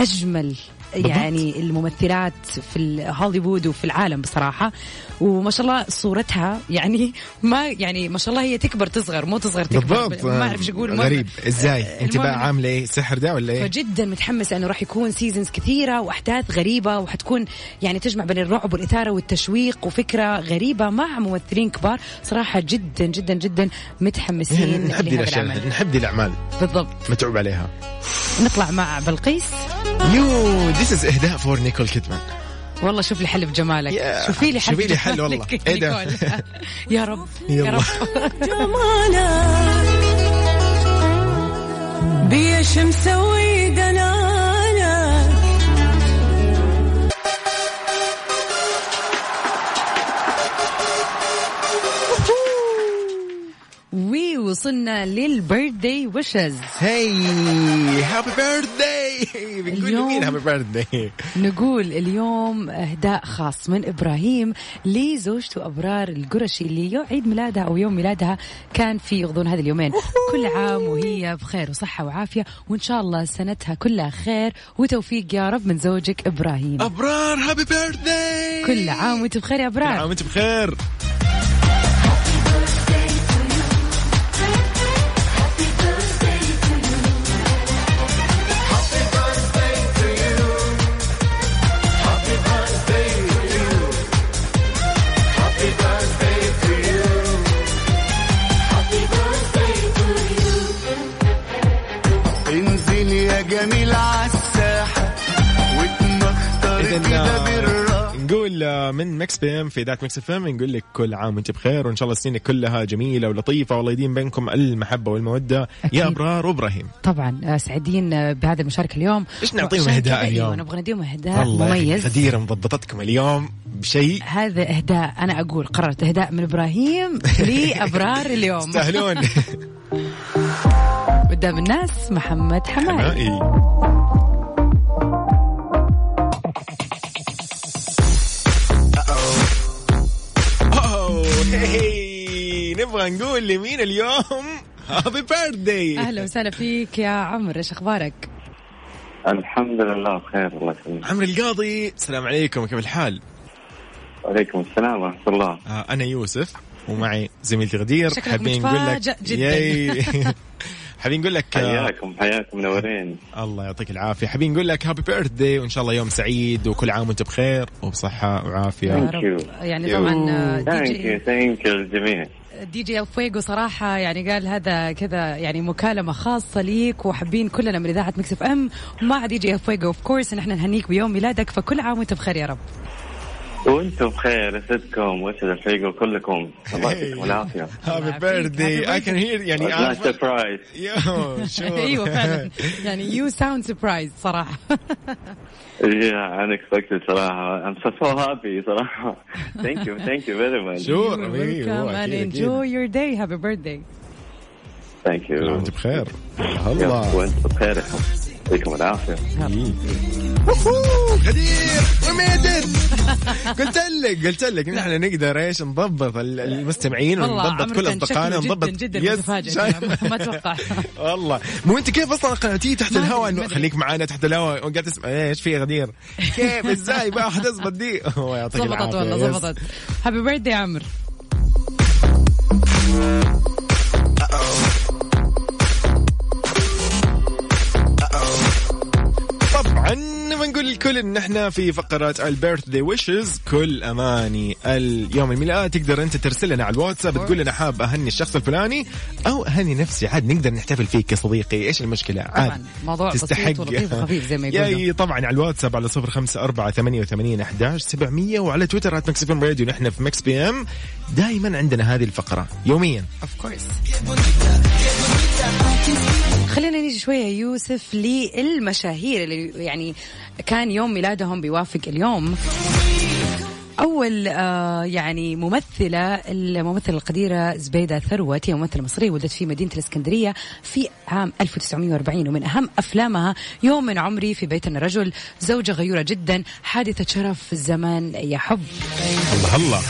[SPEAKER 3] اجمل يعني الممثلات في هوليوود وفي العالم بصراحه وما شاء الله صورتها يعني ما يعني ما شاء الله هي تكبر تصغر مو تصغر تكبر
[SPEAKER 2] بالضبط
[SPEAKER 3] ما اعرف ايش اقول المهم-
[SPEAKER 2] غريب ازاي
[SPEAKER 3] آه،
[SPEAKER 2] انت بقى
[SPEAKER 3] المهم-
[SPEAKER 2] عامله ايه سحر ده ولا ايه
[SPEAKER 3] فجدا متحمسه انه راح يكون سيزونز كثيره واحداث غريبه وحتكون يعني تجمع بين الرعب والاثاره والتشويق وفكره غريبه مع ممثلين كبار صراحه جدا جدا جدا متحمسين
[SPEAKER 2] نحب دي
[SPEAKER 3] لهذا
[SPEAKER 2] الاشياء
[SPEAKER 3] العمل
[SPEAKER 2] نحب دي الاعمال
[SPEAKER 3] بالضبط
[SPEAKER 2] متعوب عليها
[SPEAKER 3] نطلع مع بلقيس
[SPEAKER 2] يو ذيس از اهداء فور نيكول كيدمان
[SPEAKER 3] والله شوف لي حل بجمالك
[SPEAKER 2] يا-
[SPEAKER 3] شوفي لي حل
[SPEAKER 2] شوفي لي حل
[SPEAKER 3] بجمالك
[SPEAKER 2] والله.
[SPEAKER 3] يا
[SPEAKER 2] إيه ده؟
[SPEAKER 3] نيكول. يا رب يا
[SPEAKER 2] يلا.
[SPEAKER 3] رب
[SPEAKER 5] بيا شمس ودلالك
[SPEAKER 3] وي وصلنا للبيرثدي ويشز
[SPEAKER 2] هاي هابي بيرثداي بنقول له
[SPEAKER 3] اليوم-
[SPEAKER 2] مين هابي بيرثداي
[SPEAKER 3] نقول اليوم اهداء خاص من ابراهيم لزوجته ابرار القرشي اللي يو- عيد ميلادها او يوم ميلادها كان في غضون هذه اليومين كل عام وهي بخير وصحه وعافيه وان شاء الله سنتها كلها خير وتوفيق يا رب من زوجك ابراهيم
[SPEAKER 2] ابرار هابي بيرثداي
[SPEAKER 3] كل عام وانت بخير يا
[SPEAKER 2] كل
[SPEAKER 3] ابرار
[SPEAKER 2] عام وانت آه، بخير
[SPEAKER 9] انزل يا جميل عالساحة واتمخطر
[SPEAKER 2] نعم.
[SPEAKER 9] كده بالراحة
[SPEAKER 2] اذا نقول آه، من مكس بي ام في ذات مكس اف ام نقول لك كل عام وانت بخير وان شاء الله السنه كلها جميله ولطيفه والله يديم بينكم المحبه والموده
[SPEAKER 3] أكيد.
[SPEAKER 2] يا ابرار وابراهيم
[SPEAKER 3] طبعا آه، سعيدين آه، بهذه المشاركه اليوم
[SPEAKER 2] إيش نعطيهم
[SPEAKER 3] وعشان
[SPEAKER 2] إهداء
[SPEAKER 3] كذا-
[SPEAKER 2] اليوم؟
[SPEAKER 3] ايوه نبغى نديهم اهداء
[SPEAKER 2] والله يا أخي،
[SPEAKER 3] مميز
[SPEAKER 2] غديره مضبطتكم اليوم بشيء
[SPEAKER 3] هذا اهداء انا اقول قررت اهداء من ابراهيم لابرار اليوم
[SPEAKER 2] تستاهلون
[SPEAKER 3] قدام الناس محمد حماي
[SPEAKER 2] حمائي أوه، هي. نبغى نقول لمين اليوم هابي بيرثداي
[SPEAKER 3] اهلا وسهلا فيك يا عمر ايش اخبارك؟
[SPEAKER 10] الحمد لله بخير الله يسلمك
[SPEAKER 2] عمرو القاضي السلام عليكم كيف الحال
[SPEAKER 10] وعليكم السلام ورحمه الله
[SPEAKER 2] آه، انا يوسف ومعي زميلتي غدير
[SPEAKER 3] شكلك متفاجأ جداً.
[SPEAKER 2] ياي. حابين نقول لك آه،
[SPEAKER 10] حياكم حياكم منورين
[SPEAKER 2] الله يعطيك العافيه حابين نقول لك هابي بيرثداي وان شاء الله يوم سعيد وكل عام وانت بخير وبصحه وعافيه
[SPEAKER 10] Thank
[SPEAKER 3] يا
[SPEAKER 10] you.
[SPEAKER 3] رب. يعني
[SPEAKER 10] Thank you.
[SPEAKER 3] طبعا آه، دي
[SPEAKER 10] ثانك يو
[SPEAKER 3] جي
[SPEAKER 10] ثانك يو للجميع
[SPEAKER 3] دي جي الفويجو صراحه يعني قال هذا كذا يعني مكالمه خاصه ليك وحابين كلنا من اذاعه مكس اف ام مع دي جي الفويجو اوف كورس نحن نهنيك بيوم ميلادك فكل عام وانت بخير يا رب
[SPEAKER 10] وانتم بخير يسعدكم ويسعد الفريق كلكم الله يعطيكم العافيه
[SPEAKER 2] هابي
[SPEAKER 3] يعافيك.
[SPEAKER 2] بيرثداي اي
[SPEAKER 3] Happy
[SPEAKER 2] كان هير يعني Oh,
[SPEAKER 10] Not
[SPEAKER 2] أعرف-
[SPEAKER 10] surprise.
[SPEAKER 2] يو شو
[SPEAKER 3] ايوه فعلا يعني يو ساوند سربرايز صراحه
[SPEAKER 10] Yeah, unexpected صراحة. I'm so, so happy صراحة. Thank you, thank you very much.
[SPEAKER 2] شور oh,
[SPEAKER 3] ويلكم
[SPEAKER 10] أيوة،
[SPEAKER 3] and enjoy your day happy birthday
[SPEAKER 10] Thank you.
[SPEAKER 2] انت بخير
[SPEAKER 10] يلا،
[SPEAKER 2] الله
[SPEAKER 10] وانتم بخير يعطيكم العافية.
[SPEAKER 2] غدير وميدن قلت لك قلت لك نحن نقدر ايش نضبط ال- المستمعين
[SPEAKER 3] والله
[SPEAKER 2] ونضبط كل
[SPEAKER 3] عمرو كان شكله
[SPEAKER 2] اصدقائنا ونضبط
[SPEAKER 3] جدا جدا
[SPEAKER 2] يس،
[SPEAKER 3] متفاجئ
[SPEAKER 2] شايف؟
[SPEAKER 3] كذا، ما- ما أتوقع.
[SPEAKER 2] والله مو انت كيف اصلا قناتي تحت
[SPEAKER 3] ما أدري،
[SPEAKER 2] الهواء
[SPEAKER 3] ما
[SPEAKER 2] انه
[SPEAKER 3] أدري.
[SPEAKER 2] خليك معانا تحت الهواء وقاعد تسمع ايش في يا غدير كيف ازاي بقى حتزبط دي الله
[SPEAKER 10] طيب،
[SPEAKER 2] يعطيك
[SPEAKER 3] زبطت
[SPEAKER 2] العافية،
[SPEAKER 3] والله
[SPEAKER 2] يس.
[SPEAKER 3] زبطت هابي بيرثدي عمرو
[SPEAKER 2] طبعا بنقول للكل ان احنا في فقره البيرث داي ويشز كل اماني اليوم الميلاد تقدر انت ترسل لنا على الواتساب تقول لنا حاب اهني الشخص الفلاني او اهني نفسي عاد نقدر نحتفل فيك يا صديقي ايش المشكله عاد
[SPEAKER 3] طبعاً، موضوع بسيط ولطيف وخفيف زي ما يقولوا.
[SPEAKER 2] ياي طبعا على الواتساب على 0548811700 وعلى تويتر مكس بي ام راديو نحن في مكس بي ام دائما عندنا هذه الفقره يوميا
[SPEAKER 3] اوف كورس خلينا نيجي شويه يا يوسف للمشاهير اللي يعني كان يوم ميلادهم بيوافق اليوم أول آه يعني ممثلة الممثلة القديرة زبيدة ثروت هي ممثلة مصرية ولدت في مدينة الإسكندرية في عام 1940 ومن أهم أفلامها يوم من عمري في بيتنا رجل زوجة غيورة جدا حادثة شرف الزمان يا حب
[SPEAKER 2] الله الله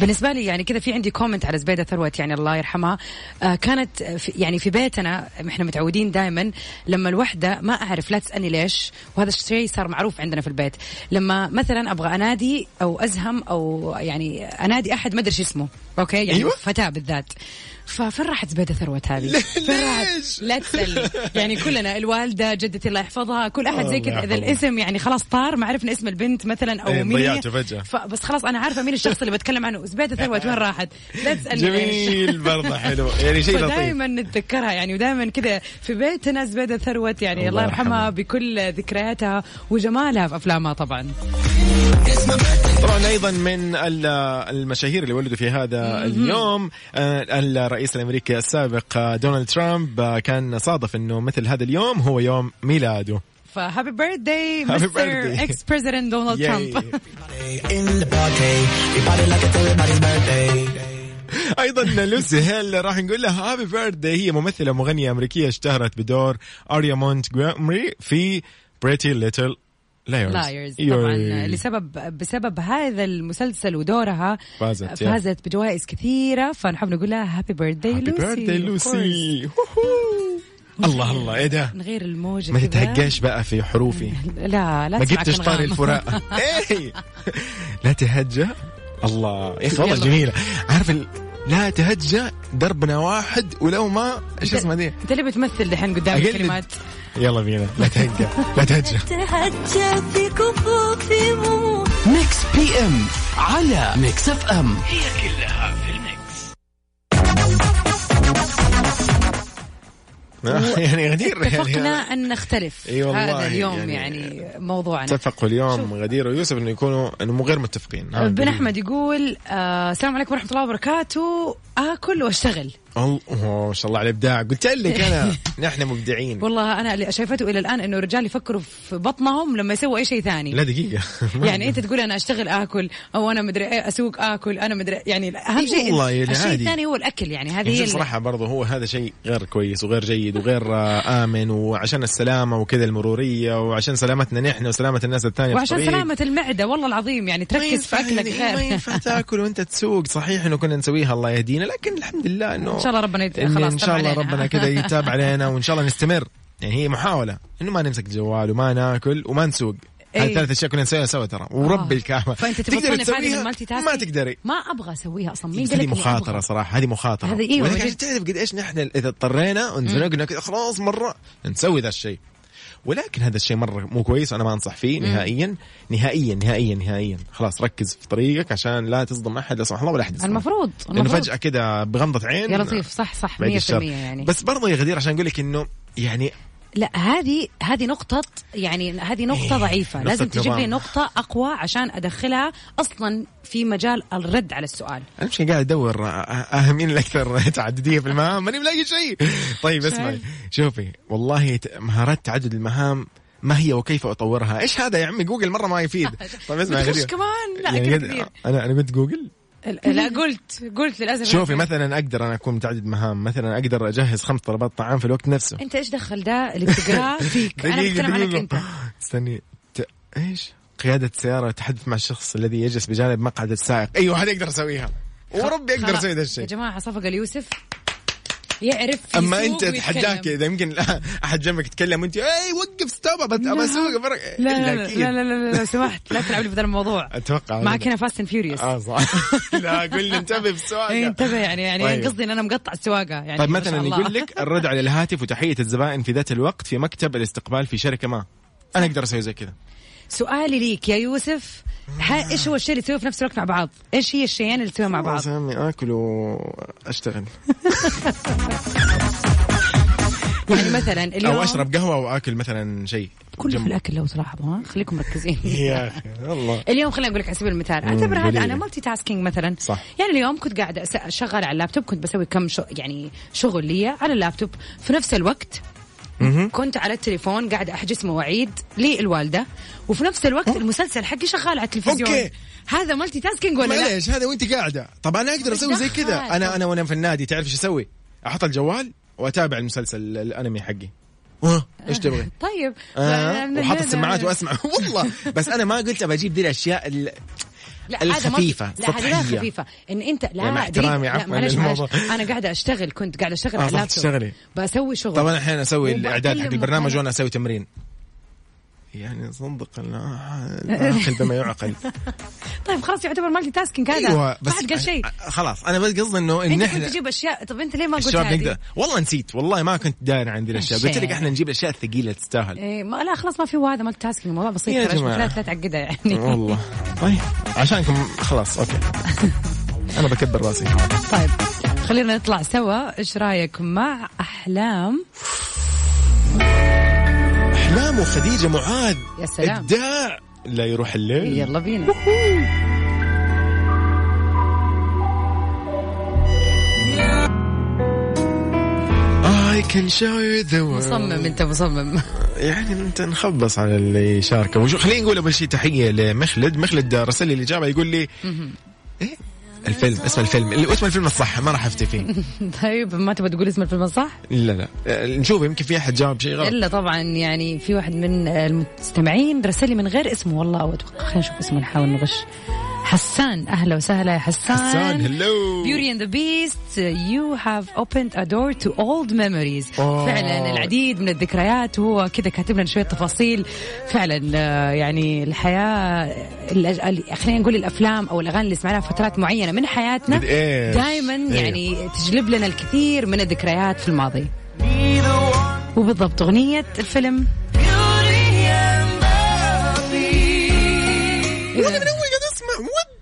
[SPEAKER 3] بالنسبه لي يعني كذا في عندي كومنت على زبيده ثروت يعني الله يرحمها آه كانت في يعني في بيتنا احنا متعودين دائما لما الوحده ما اعرف لا تسالني ليش وهذا الشيء صار معروف عندنا في البيت لما مثلا ابغى انادي او ازهم او يعني انادي احد ما ادري شو اسمه اوكي يعني
[SPEAKER 2] أيوة.
[SPEAKER 3] فتاه بالذات ففرحت زبيده ثروت هذه فرحت لا تسالني يعني كلنا الوالده جدتي الله يحفظها كل احد زي
[SPEAKER 2] الله
[SPEAKER 3] كذا اذا
[SPEAKER 2] يحفظها.
[SPEAKER 3] الاسم يعني خلاص طار ما عرفنا اسم البنت مثلا او
[SPEAKER 2] إيه،
[SPEAKER 3] مين
[SPEAKER 2] ضيعته فجأة.
[SPEAKER 3] فبس خلاص انا عارفه مين الشخص اللي بتكلم عنه زبيده ثروت وين راحت لا تسالني
[SPEAKER 2] جميل برضه حلو يعني شيء لطيف
[SPEAKER 3] دائما نتذكرها يعني ودائما كذا في بيتنا زبيده ثروت يعني
[SPEAKER 2] الله
[SPEAKER 3] الله يرحمها
[SPEAKER 2] يرحمها.
[SPEAKER 3] بكل ذكرياتها وجمالها في افلامها طبعا
[SPEAKER 2] طبعا ايضا من ال- المشاهير اللي ولدوا في هذا اليوم آه، الرئيس الامريكي السابق آه، دونالد ترامب آه، كان صادف انه مثل هذا اليوم هو يوم ميلاده
[SPEAKER 3] فهابي بيرثداي
[SPEAKER 2] Happy
[SPEAKER 3] مستر
[SPEAKER 2] birthday.
[SPEAKER 3] اكس بريزيدنت دونالد
[SPEAKER 2] Yay.
[SPEAKER 3] ترامب
[SPEAKER 2] ايضا لوسي هيل راح نقول لها هابي بيرثداي هي ممثله مغنيه امريكيه اشتهرت بدور اريا مونتجومري في بريتي ليتل
[SPEAKER 3] لايرز طبعا لسبب بسبب هذا المسلسل ودورها
[SPEAKER 2] فازت، يا.
[SPEAKER 3] فازت بجوائز كثيره فنحب نقول لها هابي بيرثداي
[SPEAKER 2] هابي
[SPEAKER 3] لوسي
[SPEAKER 2] بيرثداي
[SPEAKER 3] of course.
[SPEAKER 2] لوسي الله الله ايه ده
[SPEAKER 3] نغير الموجه
[SPEAKER 2] ما
[SPEAKER 3] كذا.
[SPEAKER 2] تتهجاش بقى في حروفي
[SPEAKER 3] إيه لا لا
[SPEAKER 2] ما
[SPEAKER 3] تسمع
[SPEAKER 2] جبتش
[SPEAKER 3] كنغام.
[SPEAKER 2] طاري الفراق ايه لا تهجى الله يا اخي والله
[SPEAKER 3] يلا.
[SPEAKER 2] جميله عارف ال... لا تهجى دربنا واحد ولو ما ايش
[SPEAKER 3] انت-
[SPEAKER 2] اسمها دي
[SPEAKER 3] انت ليه بتمثل دحين قدام
[SPEAKER 2] أقلد.
[SPEAKER 3] الكلمات
[SPEAKER 2] يلا بينا لا تهجى لا تهجى
[SPEAKER 5] تهجى في كفوفي مو
[SPEAKER 1] ميكس بي ام على ميكس اف ام
[SPEAKER 2] آه، يعني غدير
[SPEAKER 3] اتفقنا
[SPEAKER 2] يعني
[SPEAKER 3] ان نختلف
[SPEAKER 2] إي والله
[SPEAKER 3] هذا اليوم يعني,
[SPEAKER 2] يعني-
[SPEAKER 3] موضوعنا
[SPEAKER 2] اتفقوا اليوم غدير ويوسف انه يكونوا انه مو غير متفقين ها،
[SPEAKER 3] أه، بن
[SPEAKER 2] جميل.
[SPEAKER 3] احمد يقول آه، السلام عليكم ورحمه الله وبركاته اكل واشتغل
[SPEAKER 2] الله أوه، ما شاء الله على الابداع قلت لك انا نحن مبدعين
[SPEAKER 3] والله انا اللي شايفته الى الان انه الرجال يفكروا في بطنهم لما يسووا اي شيء ثاني
[SPEAKER 2] لا دقيقه
[SPEAKER 3] يعني انت تقول انا اشتغل اكل او انا مدري ايه اسوق اكل انا مدري يعني اهم شيء
[SPEAKER 2] والله يعني
[SPEAKER 3] الشيء
[SPEAKER 2] عادي.
[SPEAKER 3] الثاني هو الاكل يعني هذه
[SPEAKER 2] يعني
[SPEAKER 3] هي
[SPEAKER 2] شوف
[SPEAKER 3] ال-
[SPEAKER 2] صراحة برضه هو هذا شيء غير كويس وغير جيد وغير آه، آمن وعشان السلامة وكذا المرورية وعشان سلامتنا نحن وسلامة الناس الثانية
[SPEAKER 3] وعشان
[SPEAKER 2] في الطريق.
[SPEAKER 3] سلامه المعده والله العظيم يعني
[SPEAKER 2] يعني ما
[SPEAKER 3] تركز في
[SPEAKER 2] ينفع
[SPEAKER 3] اكلك
[SPEAKER 2] يعني ما
[SPEAKER 3] غير
[SPEAKER 2] ينفع تاكل وانت تسوق صحيح انه كنا نسويها الله يهدينا لكن الحمد لله انه
[SPEAKER 3] إن شاء الله ربنا يت-
[SPEAKER 2] إن-
[SPEAKER 3] خلاص
[SPEAKER 2] ان
[SPEAKER 3] تاب
[SPEAKER 2] شاء الله
[SPEAKER 3] علينا.
[SPEAKER 2] ربنا كذا يتاب علينا وان شاء الله نستمر يعني هي محاولة انه ما نمسك الجوال وما ناكل وما نسوق هذه
[SPEAKER 3] إيه.
[SPEAKER 2] ثلاث اشياء كنا نسويها سوا ترى وربي الكعبة
[SPEAKER 3] فانت آه. تبغى
[SPEAKER 2] تقدري
[SPEAKER 3] تصنف هذه
[SPEAKER 2] تسويها
[SPEAKER 3] المالتي تاسك
[SPEAKER 2] ما تقدري
[SPEAKER 3] ما ابغى اسويها اصلا مين
[SPEAKER 2] بس
[SPEAKER 3] قال لك
[SPEAKER 2] هذه
[SPEAKER 3] إني
[SPEAKER 2] مخاطره
[SPEAKER 3] أبغى؟
[SPEAKER 2] صراحه هذه مخاطره
[SPEAKER 3] هذه إيوه،
[SPEAKER 2] ولكن
[SPEAKER 3] وجد.
[SPEAKER 2] عشان تعرف قد ايش نحن اذا اضطرينا انزنقنا كذا خلاص مره نسوي ذا الشيء ولكن هذا الشيء مره مو كويس وانا ما انصح فيه نهائيا نهائيا نهائيا نهائيا خلاص ركز في طريقك عشان لا تصدم احد لا سمح الله ولا احد يصدمك.
[SPEAKER 3] المفروض
[SPEAKER 2] لانه
[SPEAKER 3] المفروض
[SPEAKER 2] فجاه كذا بغمضه عين
[SPEAKER 3] يا لطيف صح صح 100%
[SPEAKER 2] باقي الشر.
[SPEAKER 3] يعني
[SPEAKER 2] بس برضه يا غدير عشان اقول لك انه يعني
[SPEAKER 3] لا هذه هذه نقطة يعني هذه نقطة
[SPEAKER 2] إيه،
[SPEAKER 3] ضعيفة
[SPEAKER 2] نقطة
[SPEAKER 3] لازم تجيب لي
[SPEAKER 2] نظام.
[SPEAKER 3] نقطة أقوى عشان أدخلها أصلا في مجال الرد على السؤال
[SPEAKER 2] اهم شيء قاعد ادور مين الاكثر تعدديه في المهام ماني ملاقي شيء طيب اسمعي شوفي والله ت- مهارات تعدد المهام ما هي وكيف اطورها ايش هذا يا عمي جوجل مره ما يفيد طيب اسمعي يا
[SPEAKER 3] بتخش
[SPEAKER 2] غدير.
[SPEAKER 3] كمان لا
[SPEAKER 2] يعني
[SPEAKER 3] كده
[SPEAKER 2] قد-
[SPEAKER 3] كبير
[SPEAKER 2] انا انا قلت جوجل
[SPEAKER 3] لا قلت قلت للأسف
[SPEAKER 2] شوفي مثلا اقدر انا اكون متعدد مهام مثلا اقدر اجهز خمس طلبات طعام في الوقت نفسه
[SPEAKER 3] أنت إيش دخل ده اللي بتقراه فيك إيه، أنا
[SPEAKER 2] دقيقة،
[SPEAKER 3] بتكلم عنك
[SPEAKER 2] دقيقة.
[SPEAKER 3] أنت
[SPEAKER 2] استني ت- ايش قيادة سيارة تحدث مع الشخص الذي يجلس بجانب مقعد السائق أيوة، اي واحد يقدر يسويها وربي يقدر
[SPEAKER 3] خلاص.
[SPEAKER 2] يسوي ذا
[SPEAKER 3] يا
[SPEAKER 2] الشيء
[SPEAKER 3] جماعة صفقة ليوسف يعرف
[SPEAKER 2] اما
[SPEAKER 3] يسوق
[SPEAKER 2] انت اتحداك
[SPEAKER 3] ويتكلم.
[SPEAKER 2] اذا يمكن لا احد جنبك يتكلم وانت اي وقف ستوب أبى- ابى اسوق أبى أرك-"
[SPEAKER 3] لا
[SPEAKER 2] إلا
[SPEAKER 3] لا
[SPEAKER 2] أكيد.
[SPEAKER 3] لا لا لا لا لو سمحت لا تلعب لي في ذا الموضوع
[SPEAKER 2] اتوقع
[SPEAKER 3] معك هنا فاست اند فيوريوس
[SPEAKER 2] اه صح لا قول لي انتبه في السؤال
[SPEAKER 3] إيه، انتبه يعني يعني
[SPEAKER 2] طيب.
[SPEAKER 3] قصدي ان انا مقطع السواقه يعني
[SPEAKER 2] طيب
[SPEAKER 3] ما شاء
[SPEAKER 2] مثلا
[SPEAKER 3] الله.
[SPEAKER 2] يقول لك الرد على الهاتف وتحيه الزبائن في ذات الوقت في مكتب الاستقبال في شركه ما انا اقدر اسوي زي كذا
[SPEAKER 3] سؤالي ليك يا يوسف ها ايش هو الشيء اللي تسويه في نفس الوقت مع بعض؟ ايش هي الشيئين اللي تسويها مع بعض؟
[SPEAKER 2] خلاص يا عمي اكل واشتغل
[SPEAKER 3] يعني مثلا اليوم
[SPEAKER 2] او اشرب قهوه واكل مثلا شيء
[SPEAKER 3] كله في
[SPEAKER 2] جنبه.
[SPEAKER 3] الاكل لو تلاحظوا ها خليكم مركزين
[SPEAKER 2] يا اخي الله
[SPEAKER 3] اليوم خلينا اقول لك على سبيل المثال اعتبر هذا
[SPEAKER 2] قليل.
[SPEAKER 3] انا مالتي تاسكينج مثلا
[SPEAKER 2] صح.
[SPEAKER 3] يعني اليوم كنت قاعده أس- اشغل على اللابتوب كنت بسوي كم شو يعني شغل لي على اللابتوب في نفس الوقت كنت على التليفون قاعدة أحجز مواعيد للوالدة وفي نفس الوقت المسلسل حقي شغال على التلفزيون
[SPEAKER 2] أوكي.
[SPEAKER 3] هذا مالتي تاسكينج ولا لا؟
[SPEAKER 2] معليش هذا وانت قاعده طب انا اقدر اسوي زي كذا
[SPEAKER 3] دخل.
[SPEAKER 2] انا انا وانا في النادي تعرف ايش اسوي احط الجوال واتابع المسلسل الانمي حقي ها، ايش تبغي
[SPEAKER 3] طيب
[SPEAKER 2] آه
[SPEAKER 3] ف-
[SPEAKER 2] وحاط السماعات واسمع والله بس انا ما قلت ابى اجيب دي الاشياء ال-
[SPEAKER 3] لا هذا ما-
[SPEAKER 2] الخفيفة
[SPEAKER 3] لا هذه لا
[SPEAKER 2] السطحية.
[SPEAKER 3] خفيفة ان انت لا
[SPEAKER 2] يعني مع
[SPEAKER 3] دقيقة.
[SPEAKER 2] احترامي
[SPEAKER 3] لا،
[SPEAKER 2] عفواً
[SPEAKER 3] معلش، معلش.
[SPEAKER 2] للموضوع.
[SPEAKER 3] انا قاعدة اشتغل كنت قاعدة اشتغل
[SPEAKER 2] آه،
[SPEAKER 3] على
[SPEAKER 2] صح،
[SPEAKER 3] اللابتوب
[SPEAKER 2] تشتغلي.
[SPEAKER 3] بسوي شغل
[SPEAKER 2] طبعا الحين اسوي
[SPEAKER 3] وبكلم
[SPEAKER 2] الاعداد حق البرنامج
[SPEAKER 3] مكالمة.
[SPEAKER 2] وانا اسوي تمرين يعني صندوق العاقل بما يعقل
[SPEAKER 3] طيب خلاص يعتبر مالتي تاسكينج هذا
[SPEAKER 2] ايوه
[SPEAKER 3] ما حد قال شيء
[SPEAKER 2] خلاص انا بس قصدي انه ان
[SPEAKER 3] انت كنت
[SPEAKER 2] احنا
[SPEAKER 3] تجيب اشياء طب انت ليه ما قلت
[SPEAKER 2] الشباب
[SPEAKER 3] هذه؟
[SPEAKER 2] نقدر والله نسيت والله ما كنت داير عندي الاشياء قلت لك
[SPEAKER 3] الشيء.
[SPEAKER 2] احنا نجيب الاشياء الثقيله تستاهل
[SPEAKER 3] إيه ما لا خلاص ما في هو هذا مالتي تاسكينج الموضوع بسيط
[SPEAKER 2] يا
[SPEAKER 3] ترى،
[SPEAKER 2] جماعة.
[SPEAKER 3] لا لا تعقدها يعني
[SPEAKER 2] والله طيب عشانكم خلاص اوكي انا بكبر راسي
[SPEAKER 3] طيب خلينا نطلع سوا ايش رايك مع احلام
[SPEAKER 2] احلام وخديجه معاذ
[SPEAKER 3] يا سلام.
[SPEAKER 2] ابداع لا يروح الليل
[SPEAKER 3] يلا بينا
[SPEAKER 2] I can show you the world
[SPEAKER 3] مصمم انت مصمم
[SPEAKER 2] يعني انت نخبص على اللي يشاركه وشو خلينا نقول اول شيء تحيه لمخلد مخلد رسل لي الاجابه يقول لي إيه؟ الفيلم اسم الفيلم اللي اسم الفيلم الصح ما راح افتي فيه
[SPEAKER 3] طيب ما تبغى تقول اسم الفيلم صح؟
[SPEAKER 2] لا لا آه، نشوف يمكن في احد جاوب شيء غلط
[SPEAKER 3] الا طبعا يعني في واحد من المستمعين رسل لي من غير اسمه والله او اتوقع خلينا نشوف اسمه نحاول نغش حسان اهلا وسهلا يا حسان
[SPEAKER 2] حسان، hello.
[SPEAKER 3] Beauty and the Beast you have opened a door to old memories
[SPEAKER 2] أوه.
[SPEAKER 3] فعلا العديد من الذكريات وهو كذا كاتب لنا شويه تفاصيل فعلا آه، يعني الحياه الأج- ال- خلينا نقول الافلام او الاغاني اللي سمعناها في فترات معينه من حياتنا
[SPEAKER 2] قد إيش.
[SPEAKER 3] دائما
[SPEAKER 2] إيه.
[SPEAKER 3] يعني تجلب لنا الكثير من الذكريات في الماضي وبالضبط أغنية الفيلم
[SPEAKER 2] وانا من اول قاعد اسمع وات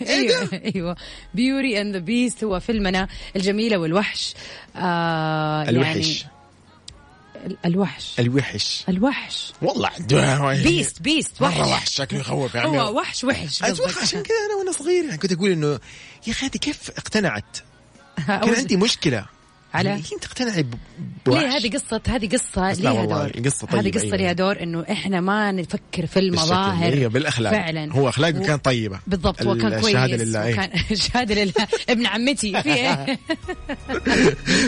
[SPEAKER 2] إيه
[SPEAKER 3] ايوه ايوه بيوري اند ذا بيست هو فيلمنا الجميله والوحش آه
[SPEAKER 2] الوحش
[SPEAKER 3] يعني ال- الوحش
[SPEAKER 2] الوحش
[SPEAKER 3] الوحش
[SPEAKER 2] والله عدوان.
[SPEAKER 3] بيست بيست وحش
[SPEAKER 2] مره وحش شكله يخوف يا عمي
[SPEAKER 3] هو وحش وحش
[SPEAKER 2] اتوقع عشان كذا انا وانا صغير يعني كنت اقول انه يا اخي هذه كيف اقتنعت؟ كان عندي مشكله
[SPEAKER 3] على؟
[SPEAKER 2] يعني كيف تقتنعي ب- بوحش؟
[SPEAKER 3] ليه هذه قصة هذه قصة
[SPEAKER 2] بس لا
[SPEAKER 3] ليها
[SPEAKER 2] والله،
[SPEAKER 3] دور
[SPEAKER 2] قصة طيبة،
[SPEAKER 3] هذه قصة
[SPEAKER 2] أيوة.
[SPEAKER 3] ليها دور انه احنا ما نفكر في
[SPEAKER 2] بالشكل.
[SPEAKER 3] المظاهر
[SPEAKER 2] ايوه بالاخلاق
[SPEAKER 3] فعلا
[SPEAKER 2] هو اخلاقه
[SPEAKER 3] و-
[SPEAKER 2] كانت طيبه
[SPEAKER 3] بالضبط هو كان كويس
[SPEAKER 2] الشهاده لله إيه.
[SPEAKER 3] وكان الشهادة لله ابن عمتي في ايه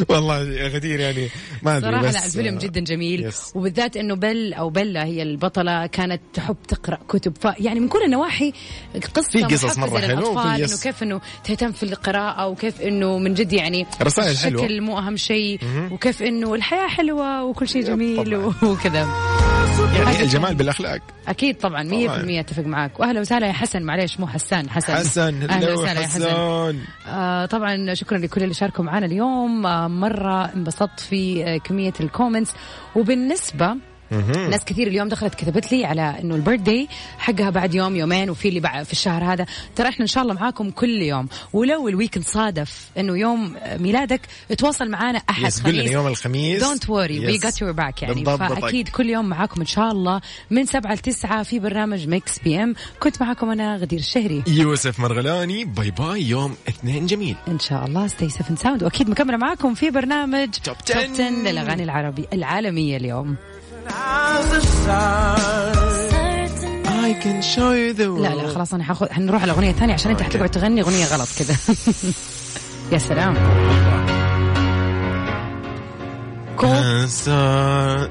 [SPEAKER 2] والله يا غدير يعني ما ادري
[SPEAKER 3] صراحة
[SPEAKER 2] بس آه،
[SPEAKER 3] لا الفيلم جدا جميل
[SPEAKER 2] يس.
[SPEAKER 3] وبالذات انه بل او بلا هي البطلة كانت تحب تقرا كتب ف يعني من كل النواحي قصة
[SPEAKER 2] في قصص
[SPEAKER 3] محفزة
[SPEAKER 2] مرة حلوة
[SPEAKER 3] للأطفال،
[SPEAKER 2] وفي- يس.
[SPEAKER 3] انه كيف انه تهتم في القراءة وكيف انه من جد يعني
[SPEAKER 2] رسائل
[SPEAKER 3] الشكل
[SPEAKER 2] حلوة.
[SPEAKER 3] مو اهم شيء
[SPEAKER 2] مهم.
[SPEAKER 3] وكيف انه الحياة حلوة وكل شيء جميل و- وكذا
[SPEAKER 2] يعني الجمال بالاخلاق
[SPEAKER 3] اكيد طبعا 100% اتفق معاك واهلا وسهلا يا حسن معليش مو حسان حسن
[SPEAKER 2] حسن
[SPEAKER 3] اهلا
[SPEAKER 2] هلو
[SPEAKER 3] وسهلا يا حسن
[SPEAKER 2] حسن
[SPEAKER 3] آه طبعا شكرا لكل اللي شاركوا معنا اليوم آه مره انبسطت في آه كميه الكومنتس وبالنسبه
[SPEAKER 2] مهم.
[SPEAKER 3] ناس كثير اليوم دخلت كتبت لي على انه البيرث داي حقها بعد يوم يومين وفي اللي بعد في الشهر هذا ترى احنا ان شاء الله معاكم كل يوم ولو الويكند صادف انه يوم آه، ميلادك تواصل معنا احد
[SPEAKER 2] يس، قل لنا
[SPEAKER 3] خميس
[SPEAKER 2] يوم الخميس.
[SPEAKER 3] دونت وري وي
[SPEAKER 2] يس.
[SPEAKER 3] جت يور باك يعني
[SPEAKER 2] بنضبطك.
[SPEAKER 3] فاكيد كل يوم معاكم ان شاء الله من سبعة لتسعة في برنامج ميكس بي ام كنت معاكم انا غدير الشهري
[SPEAKER 2] يوسف مرغلاني باي باي يوم اثنين جميل
[SPEAKER 3] ان شاء الله ستي سفن ساوند واكيد مكمله معاكم في برنامج توب 10, للاغاني العربي العالميه اليום
[SPEAKER 2] I can show you the world.
[SPEAKER 3] لا لا خلاص انا حاخذ حنروح على اغنيه ثانيه عشان انت
[SPEAKER 2] أوكي.
[SPEAKER 3] حتقعد تغني اغنيه غلط كذا يا سلام
[SPEAKER 2] خلاص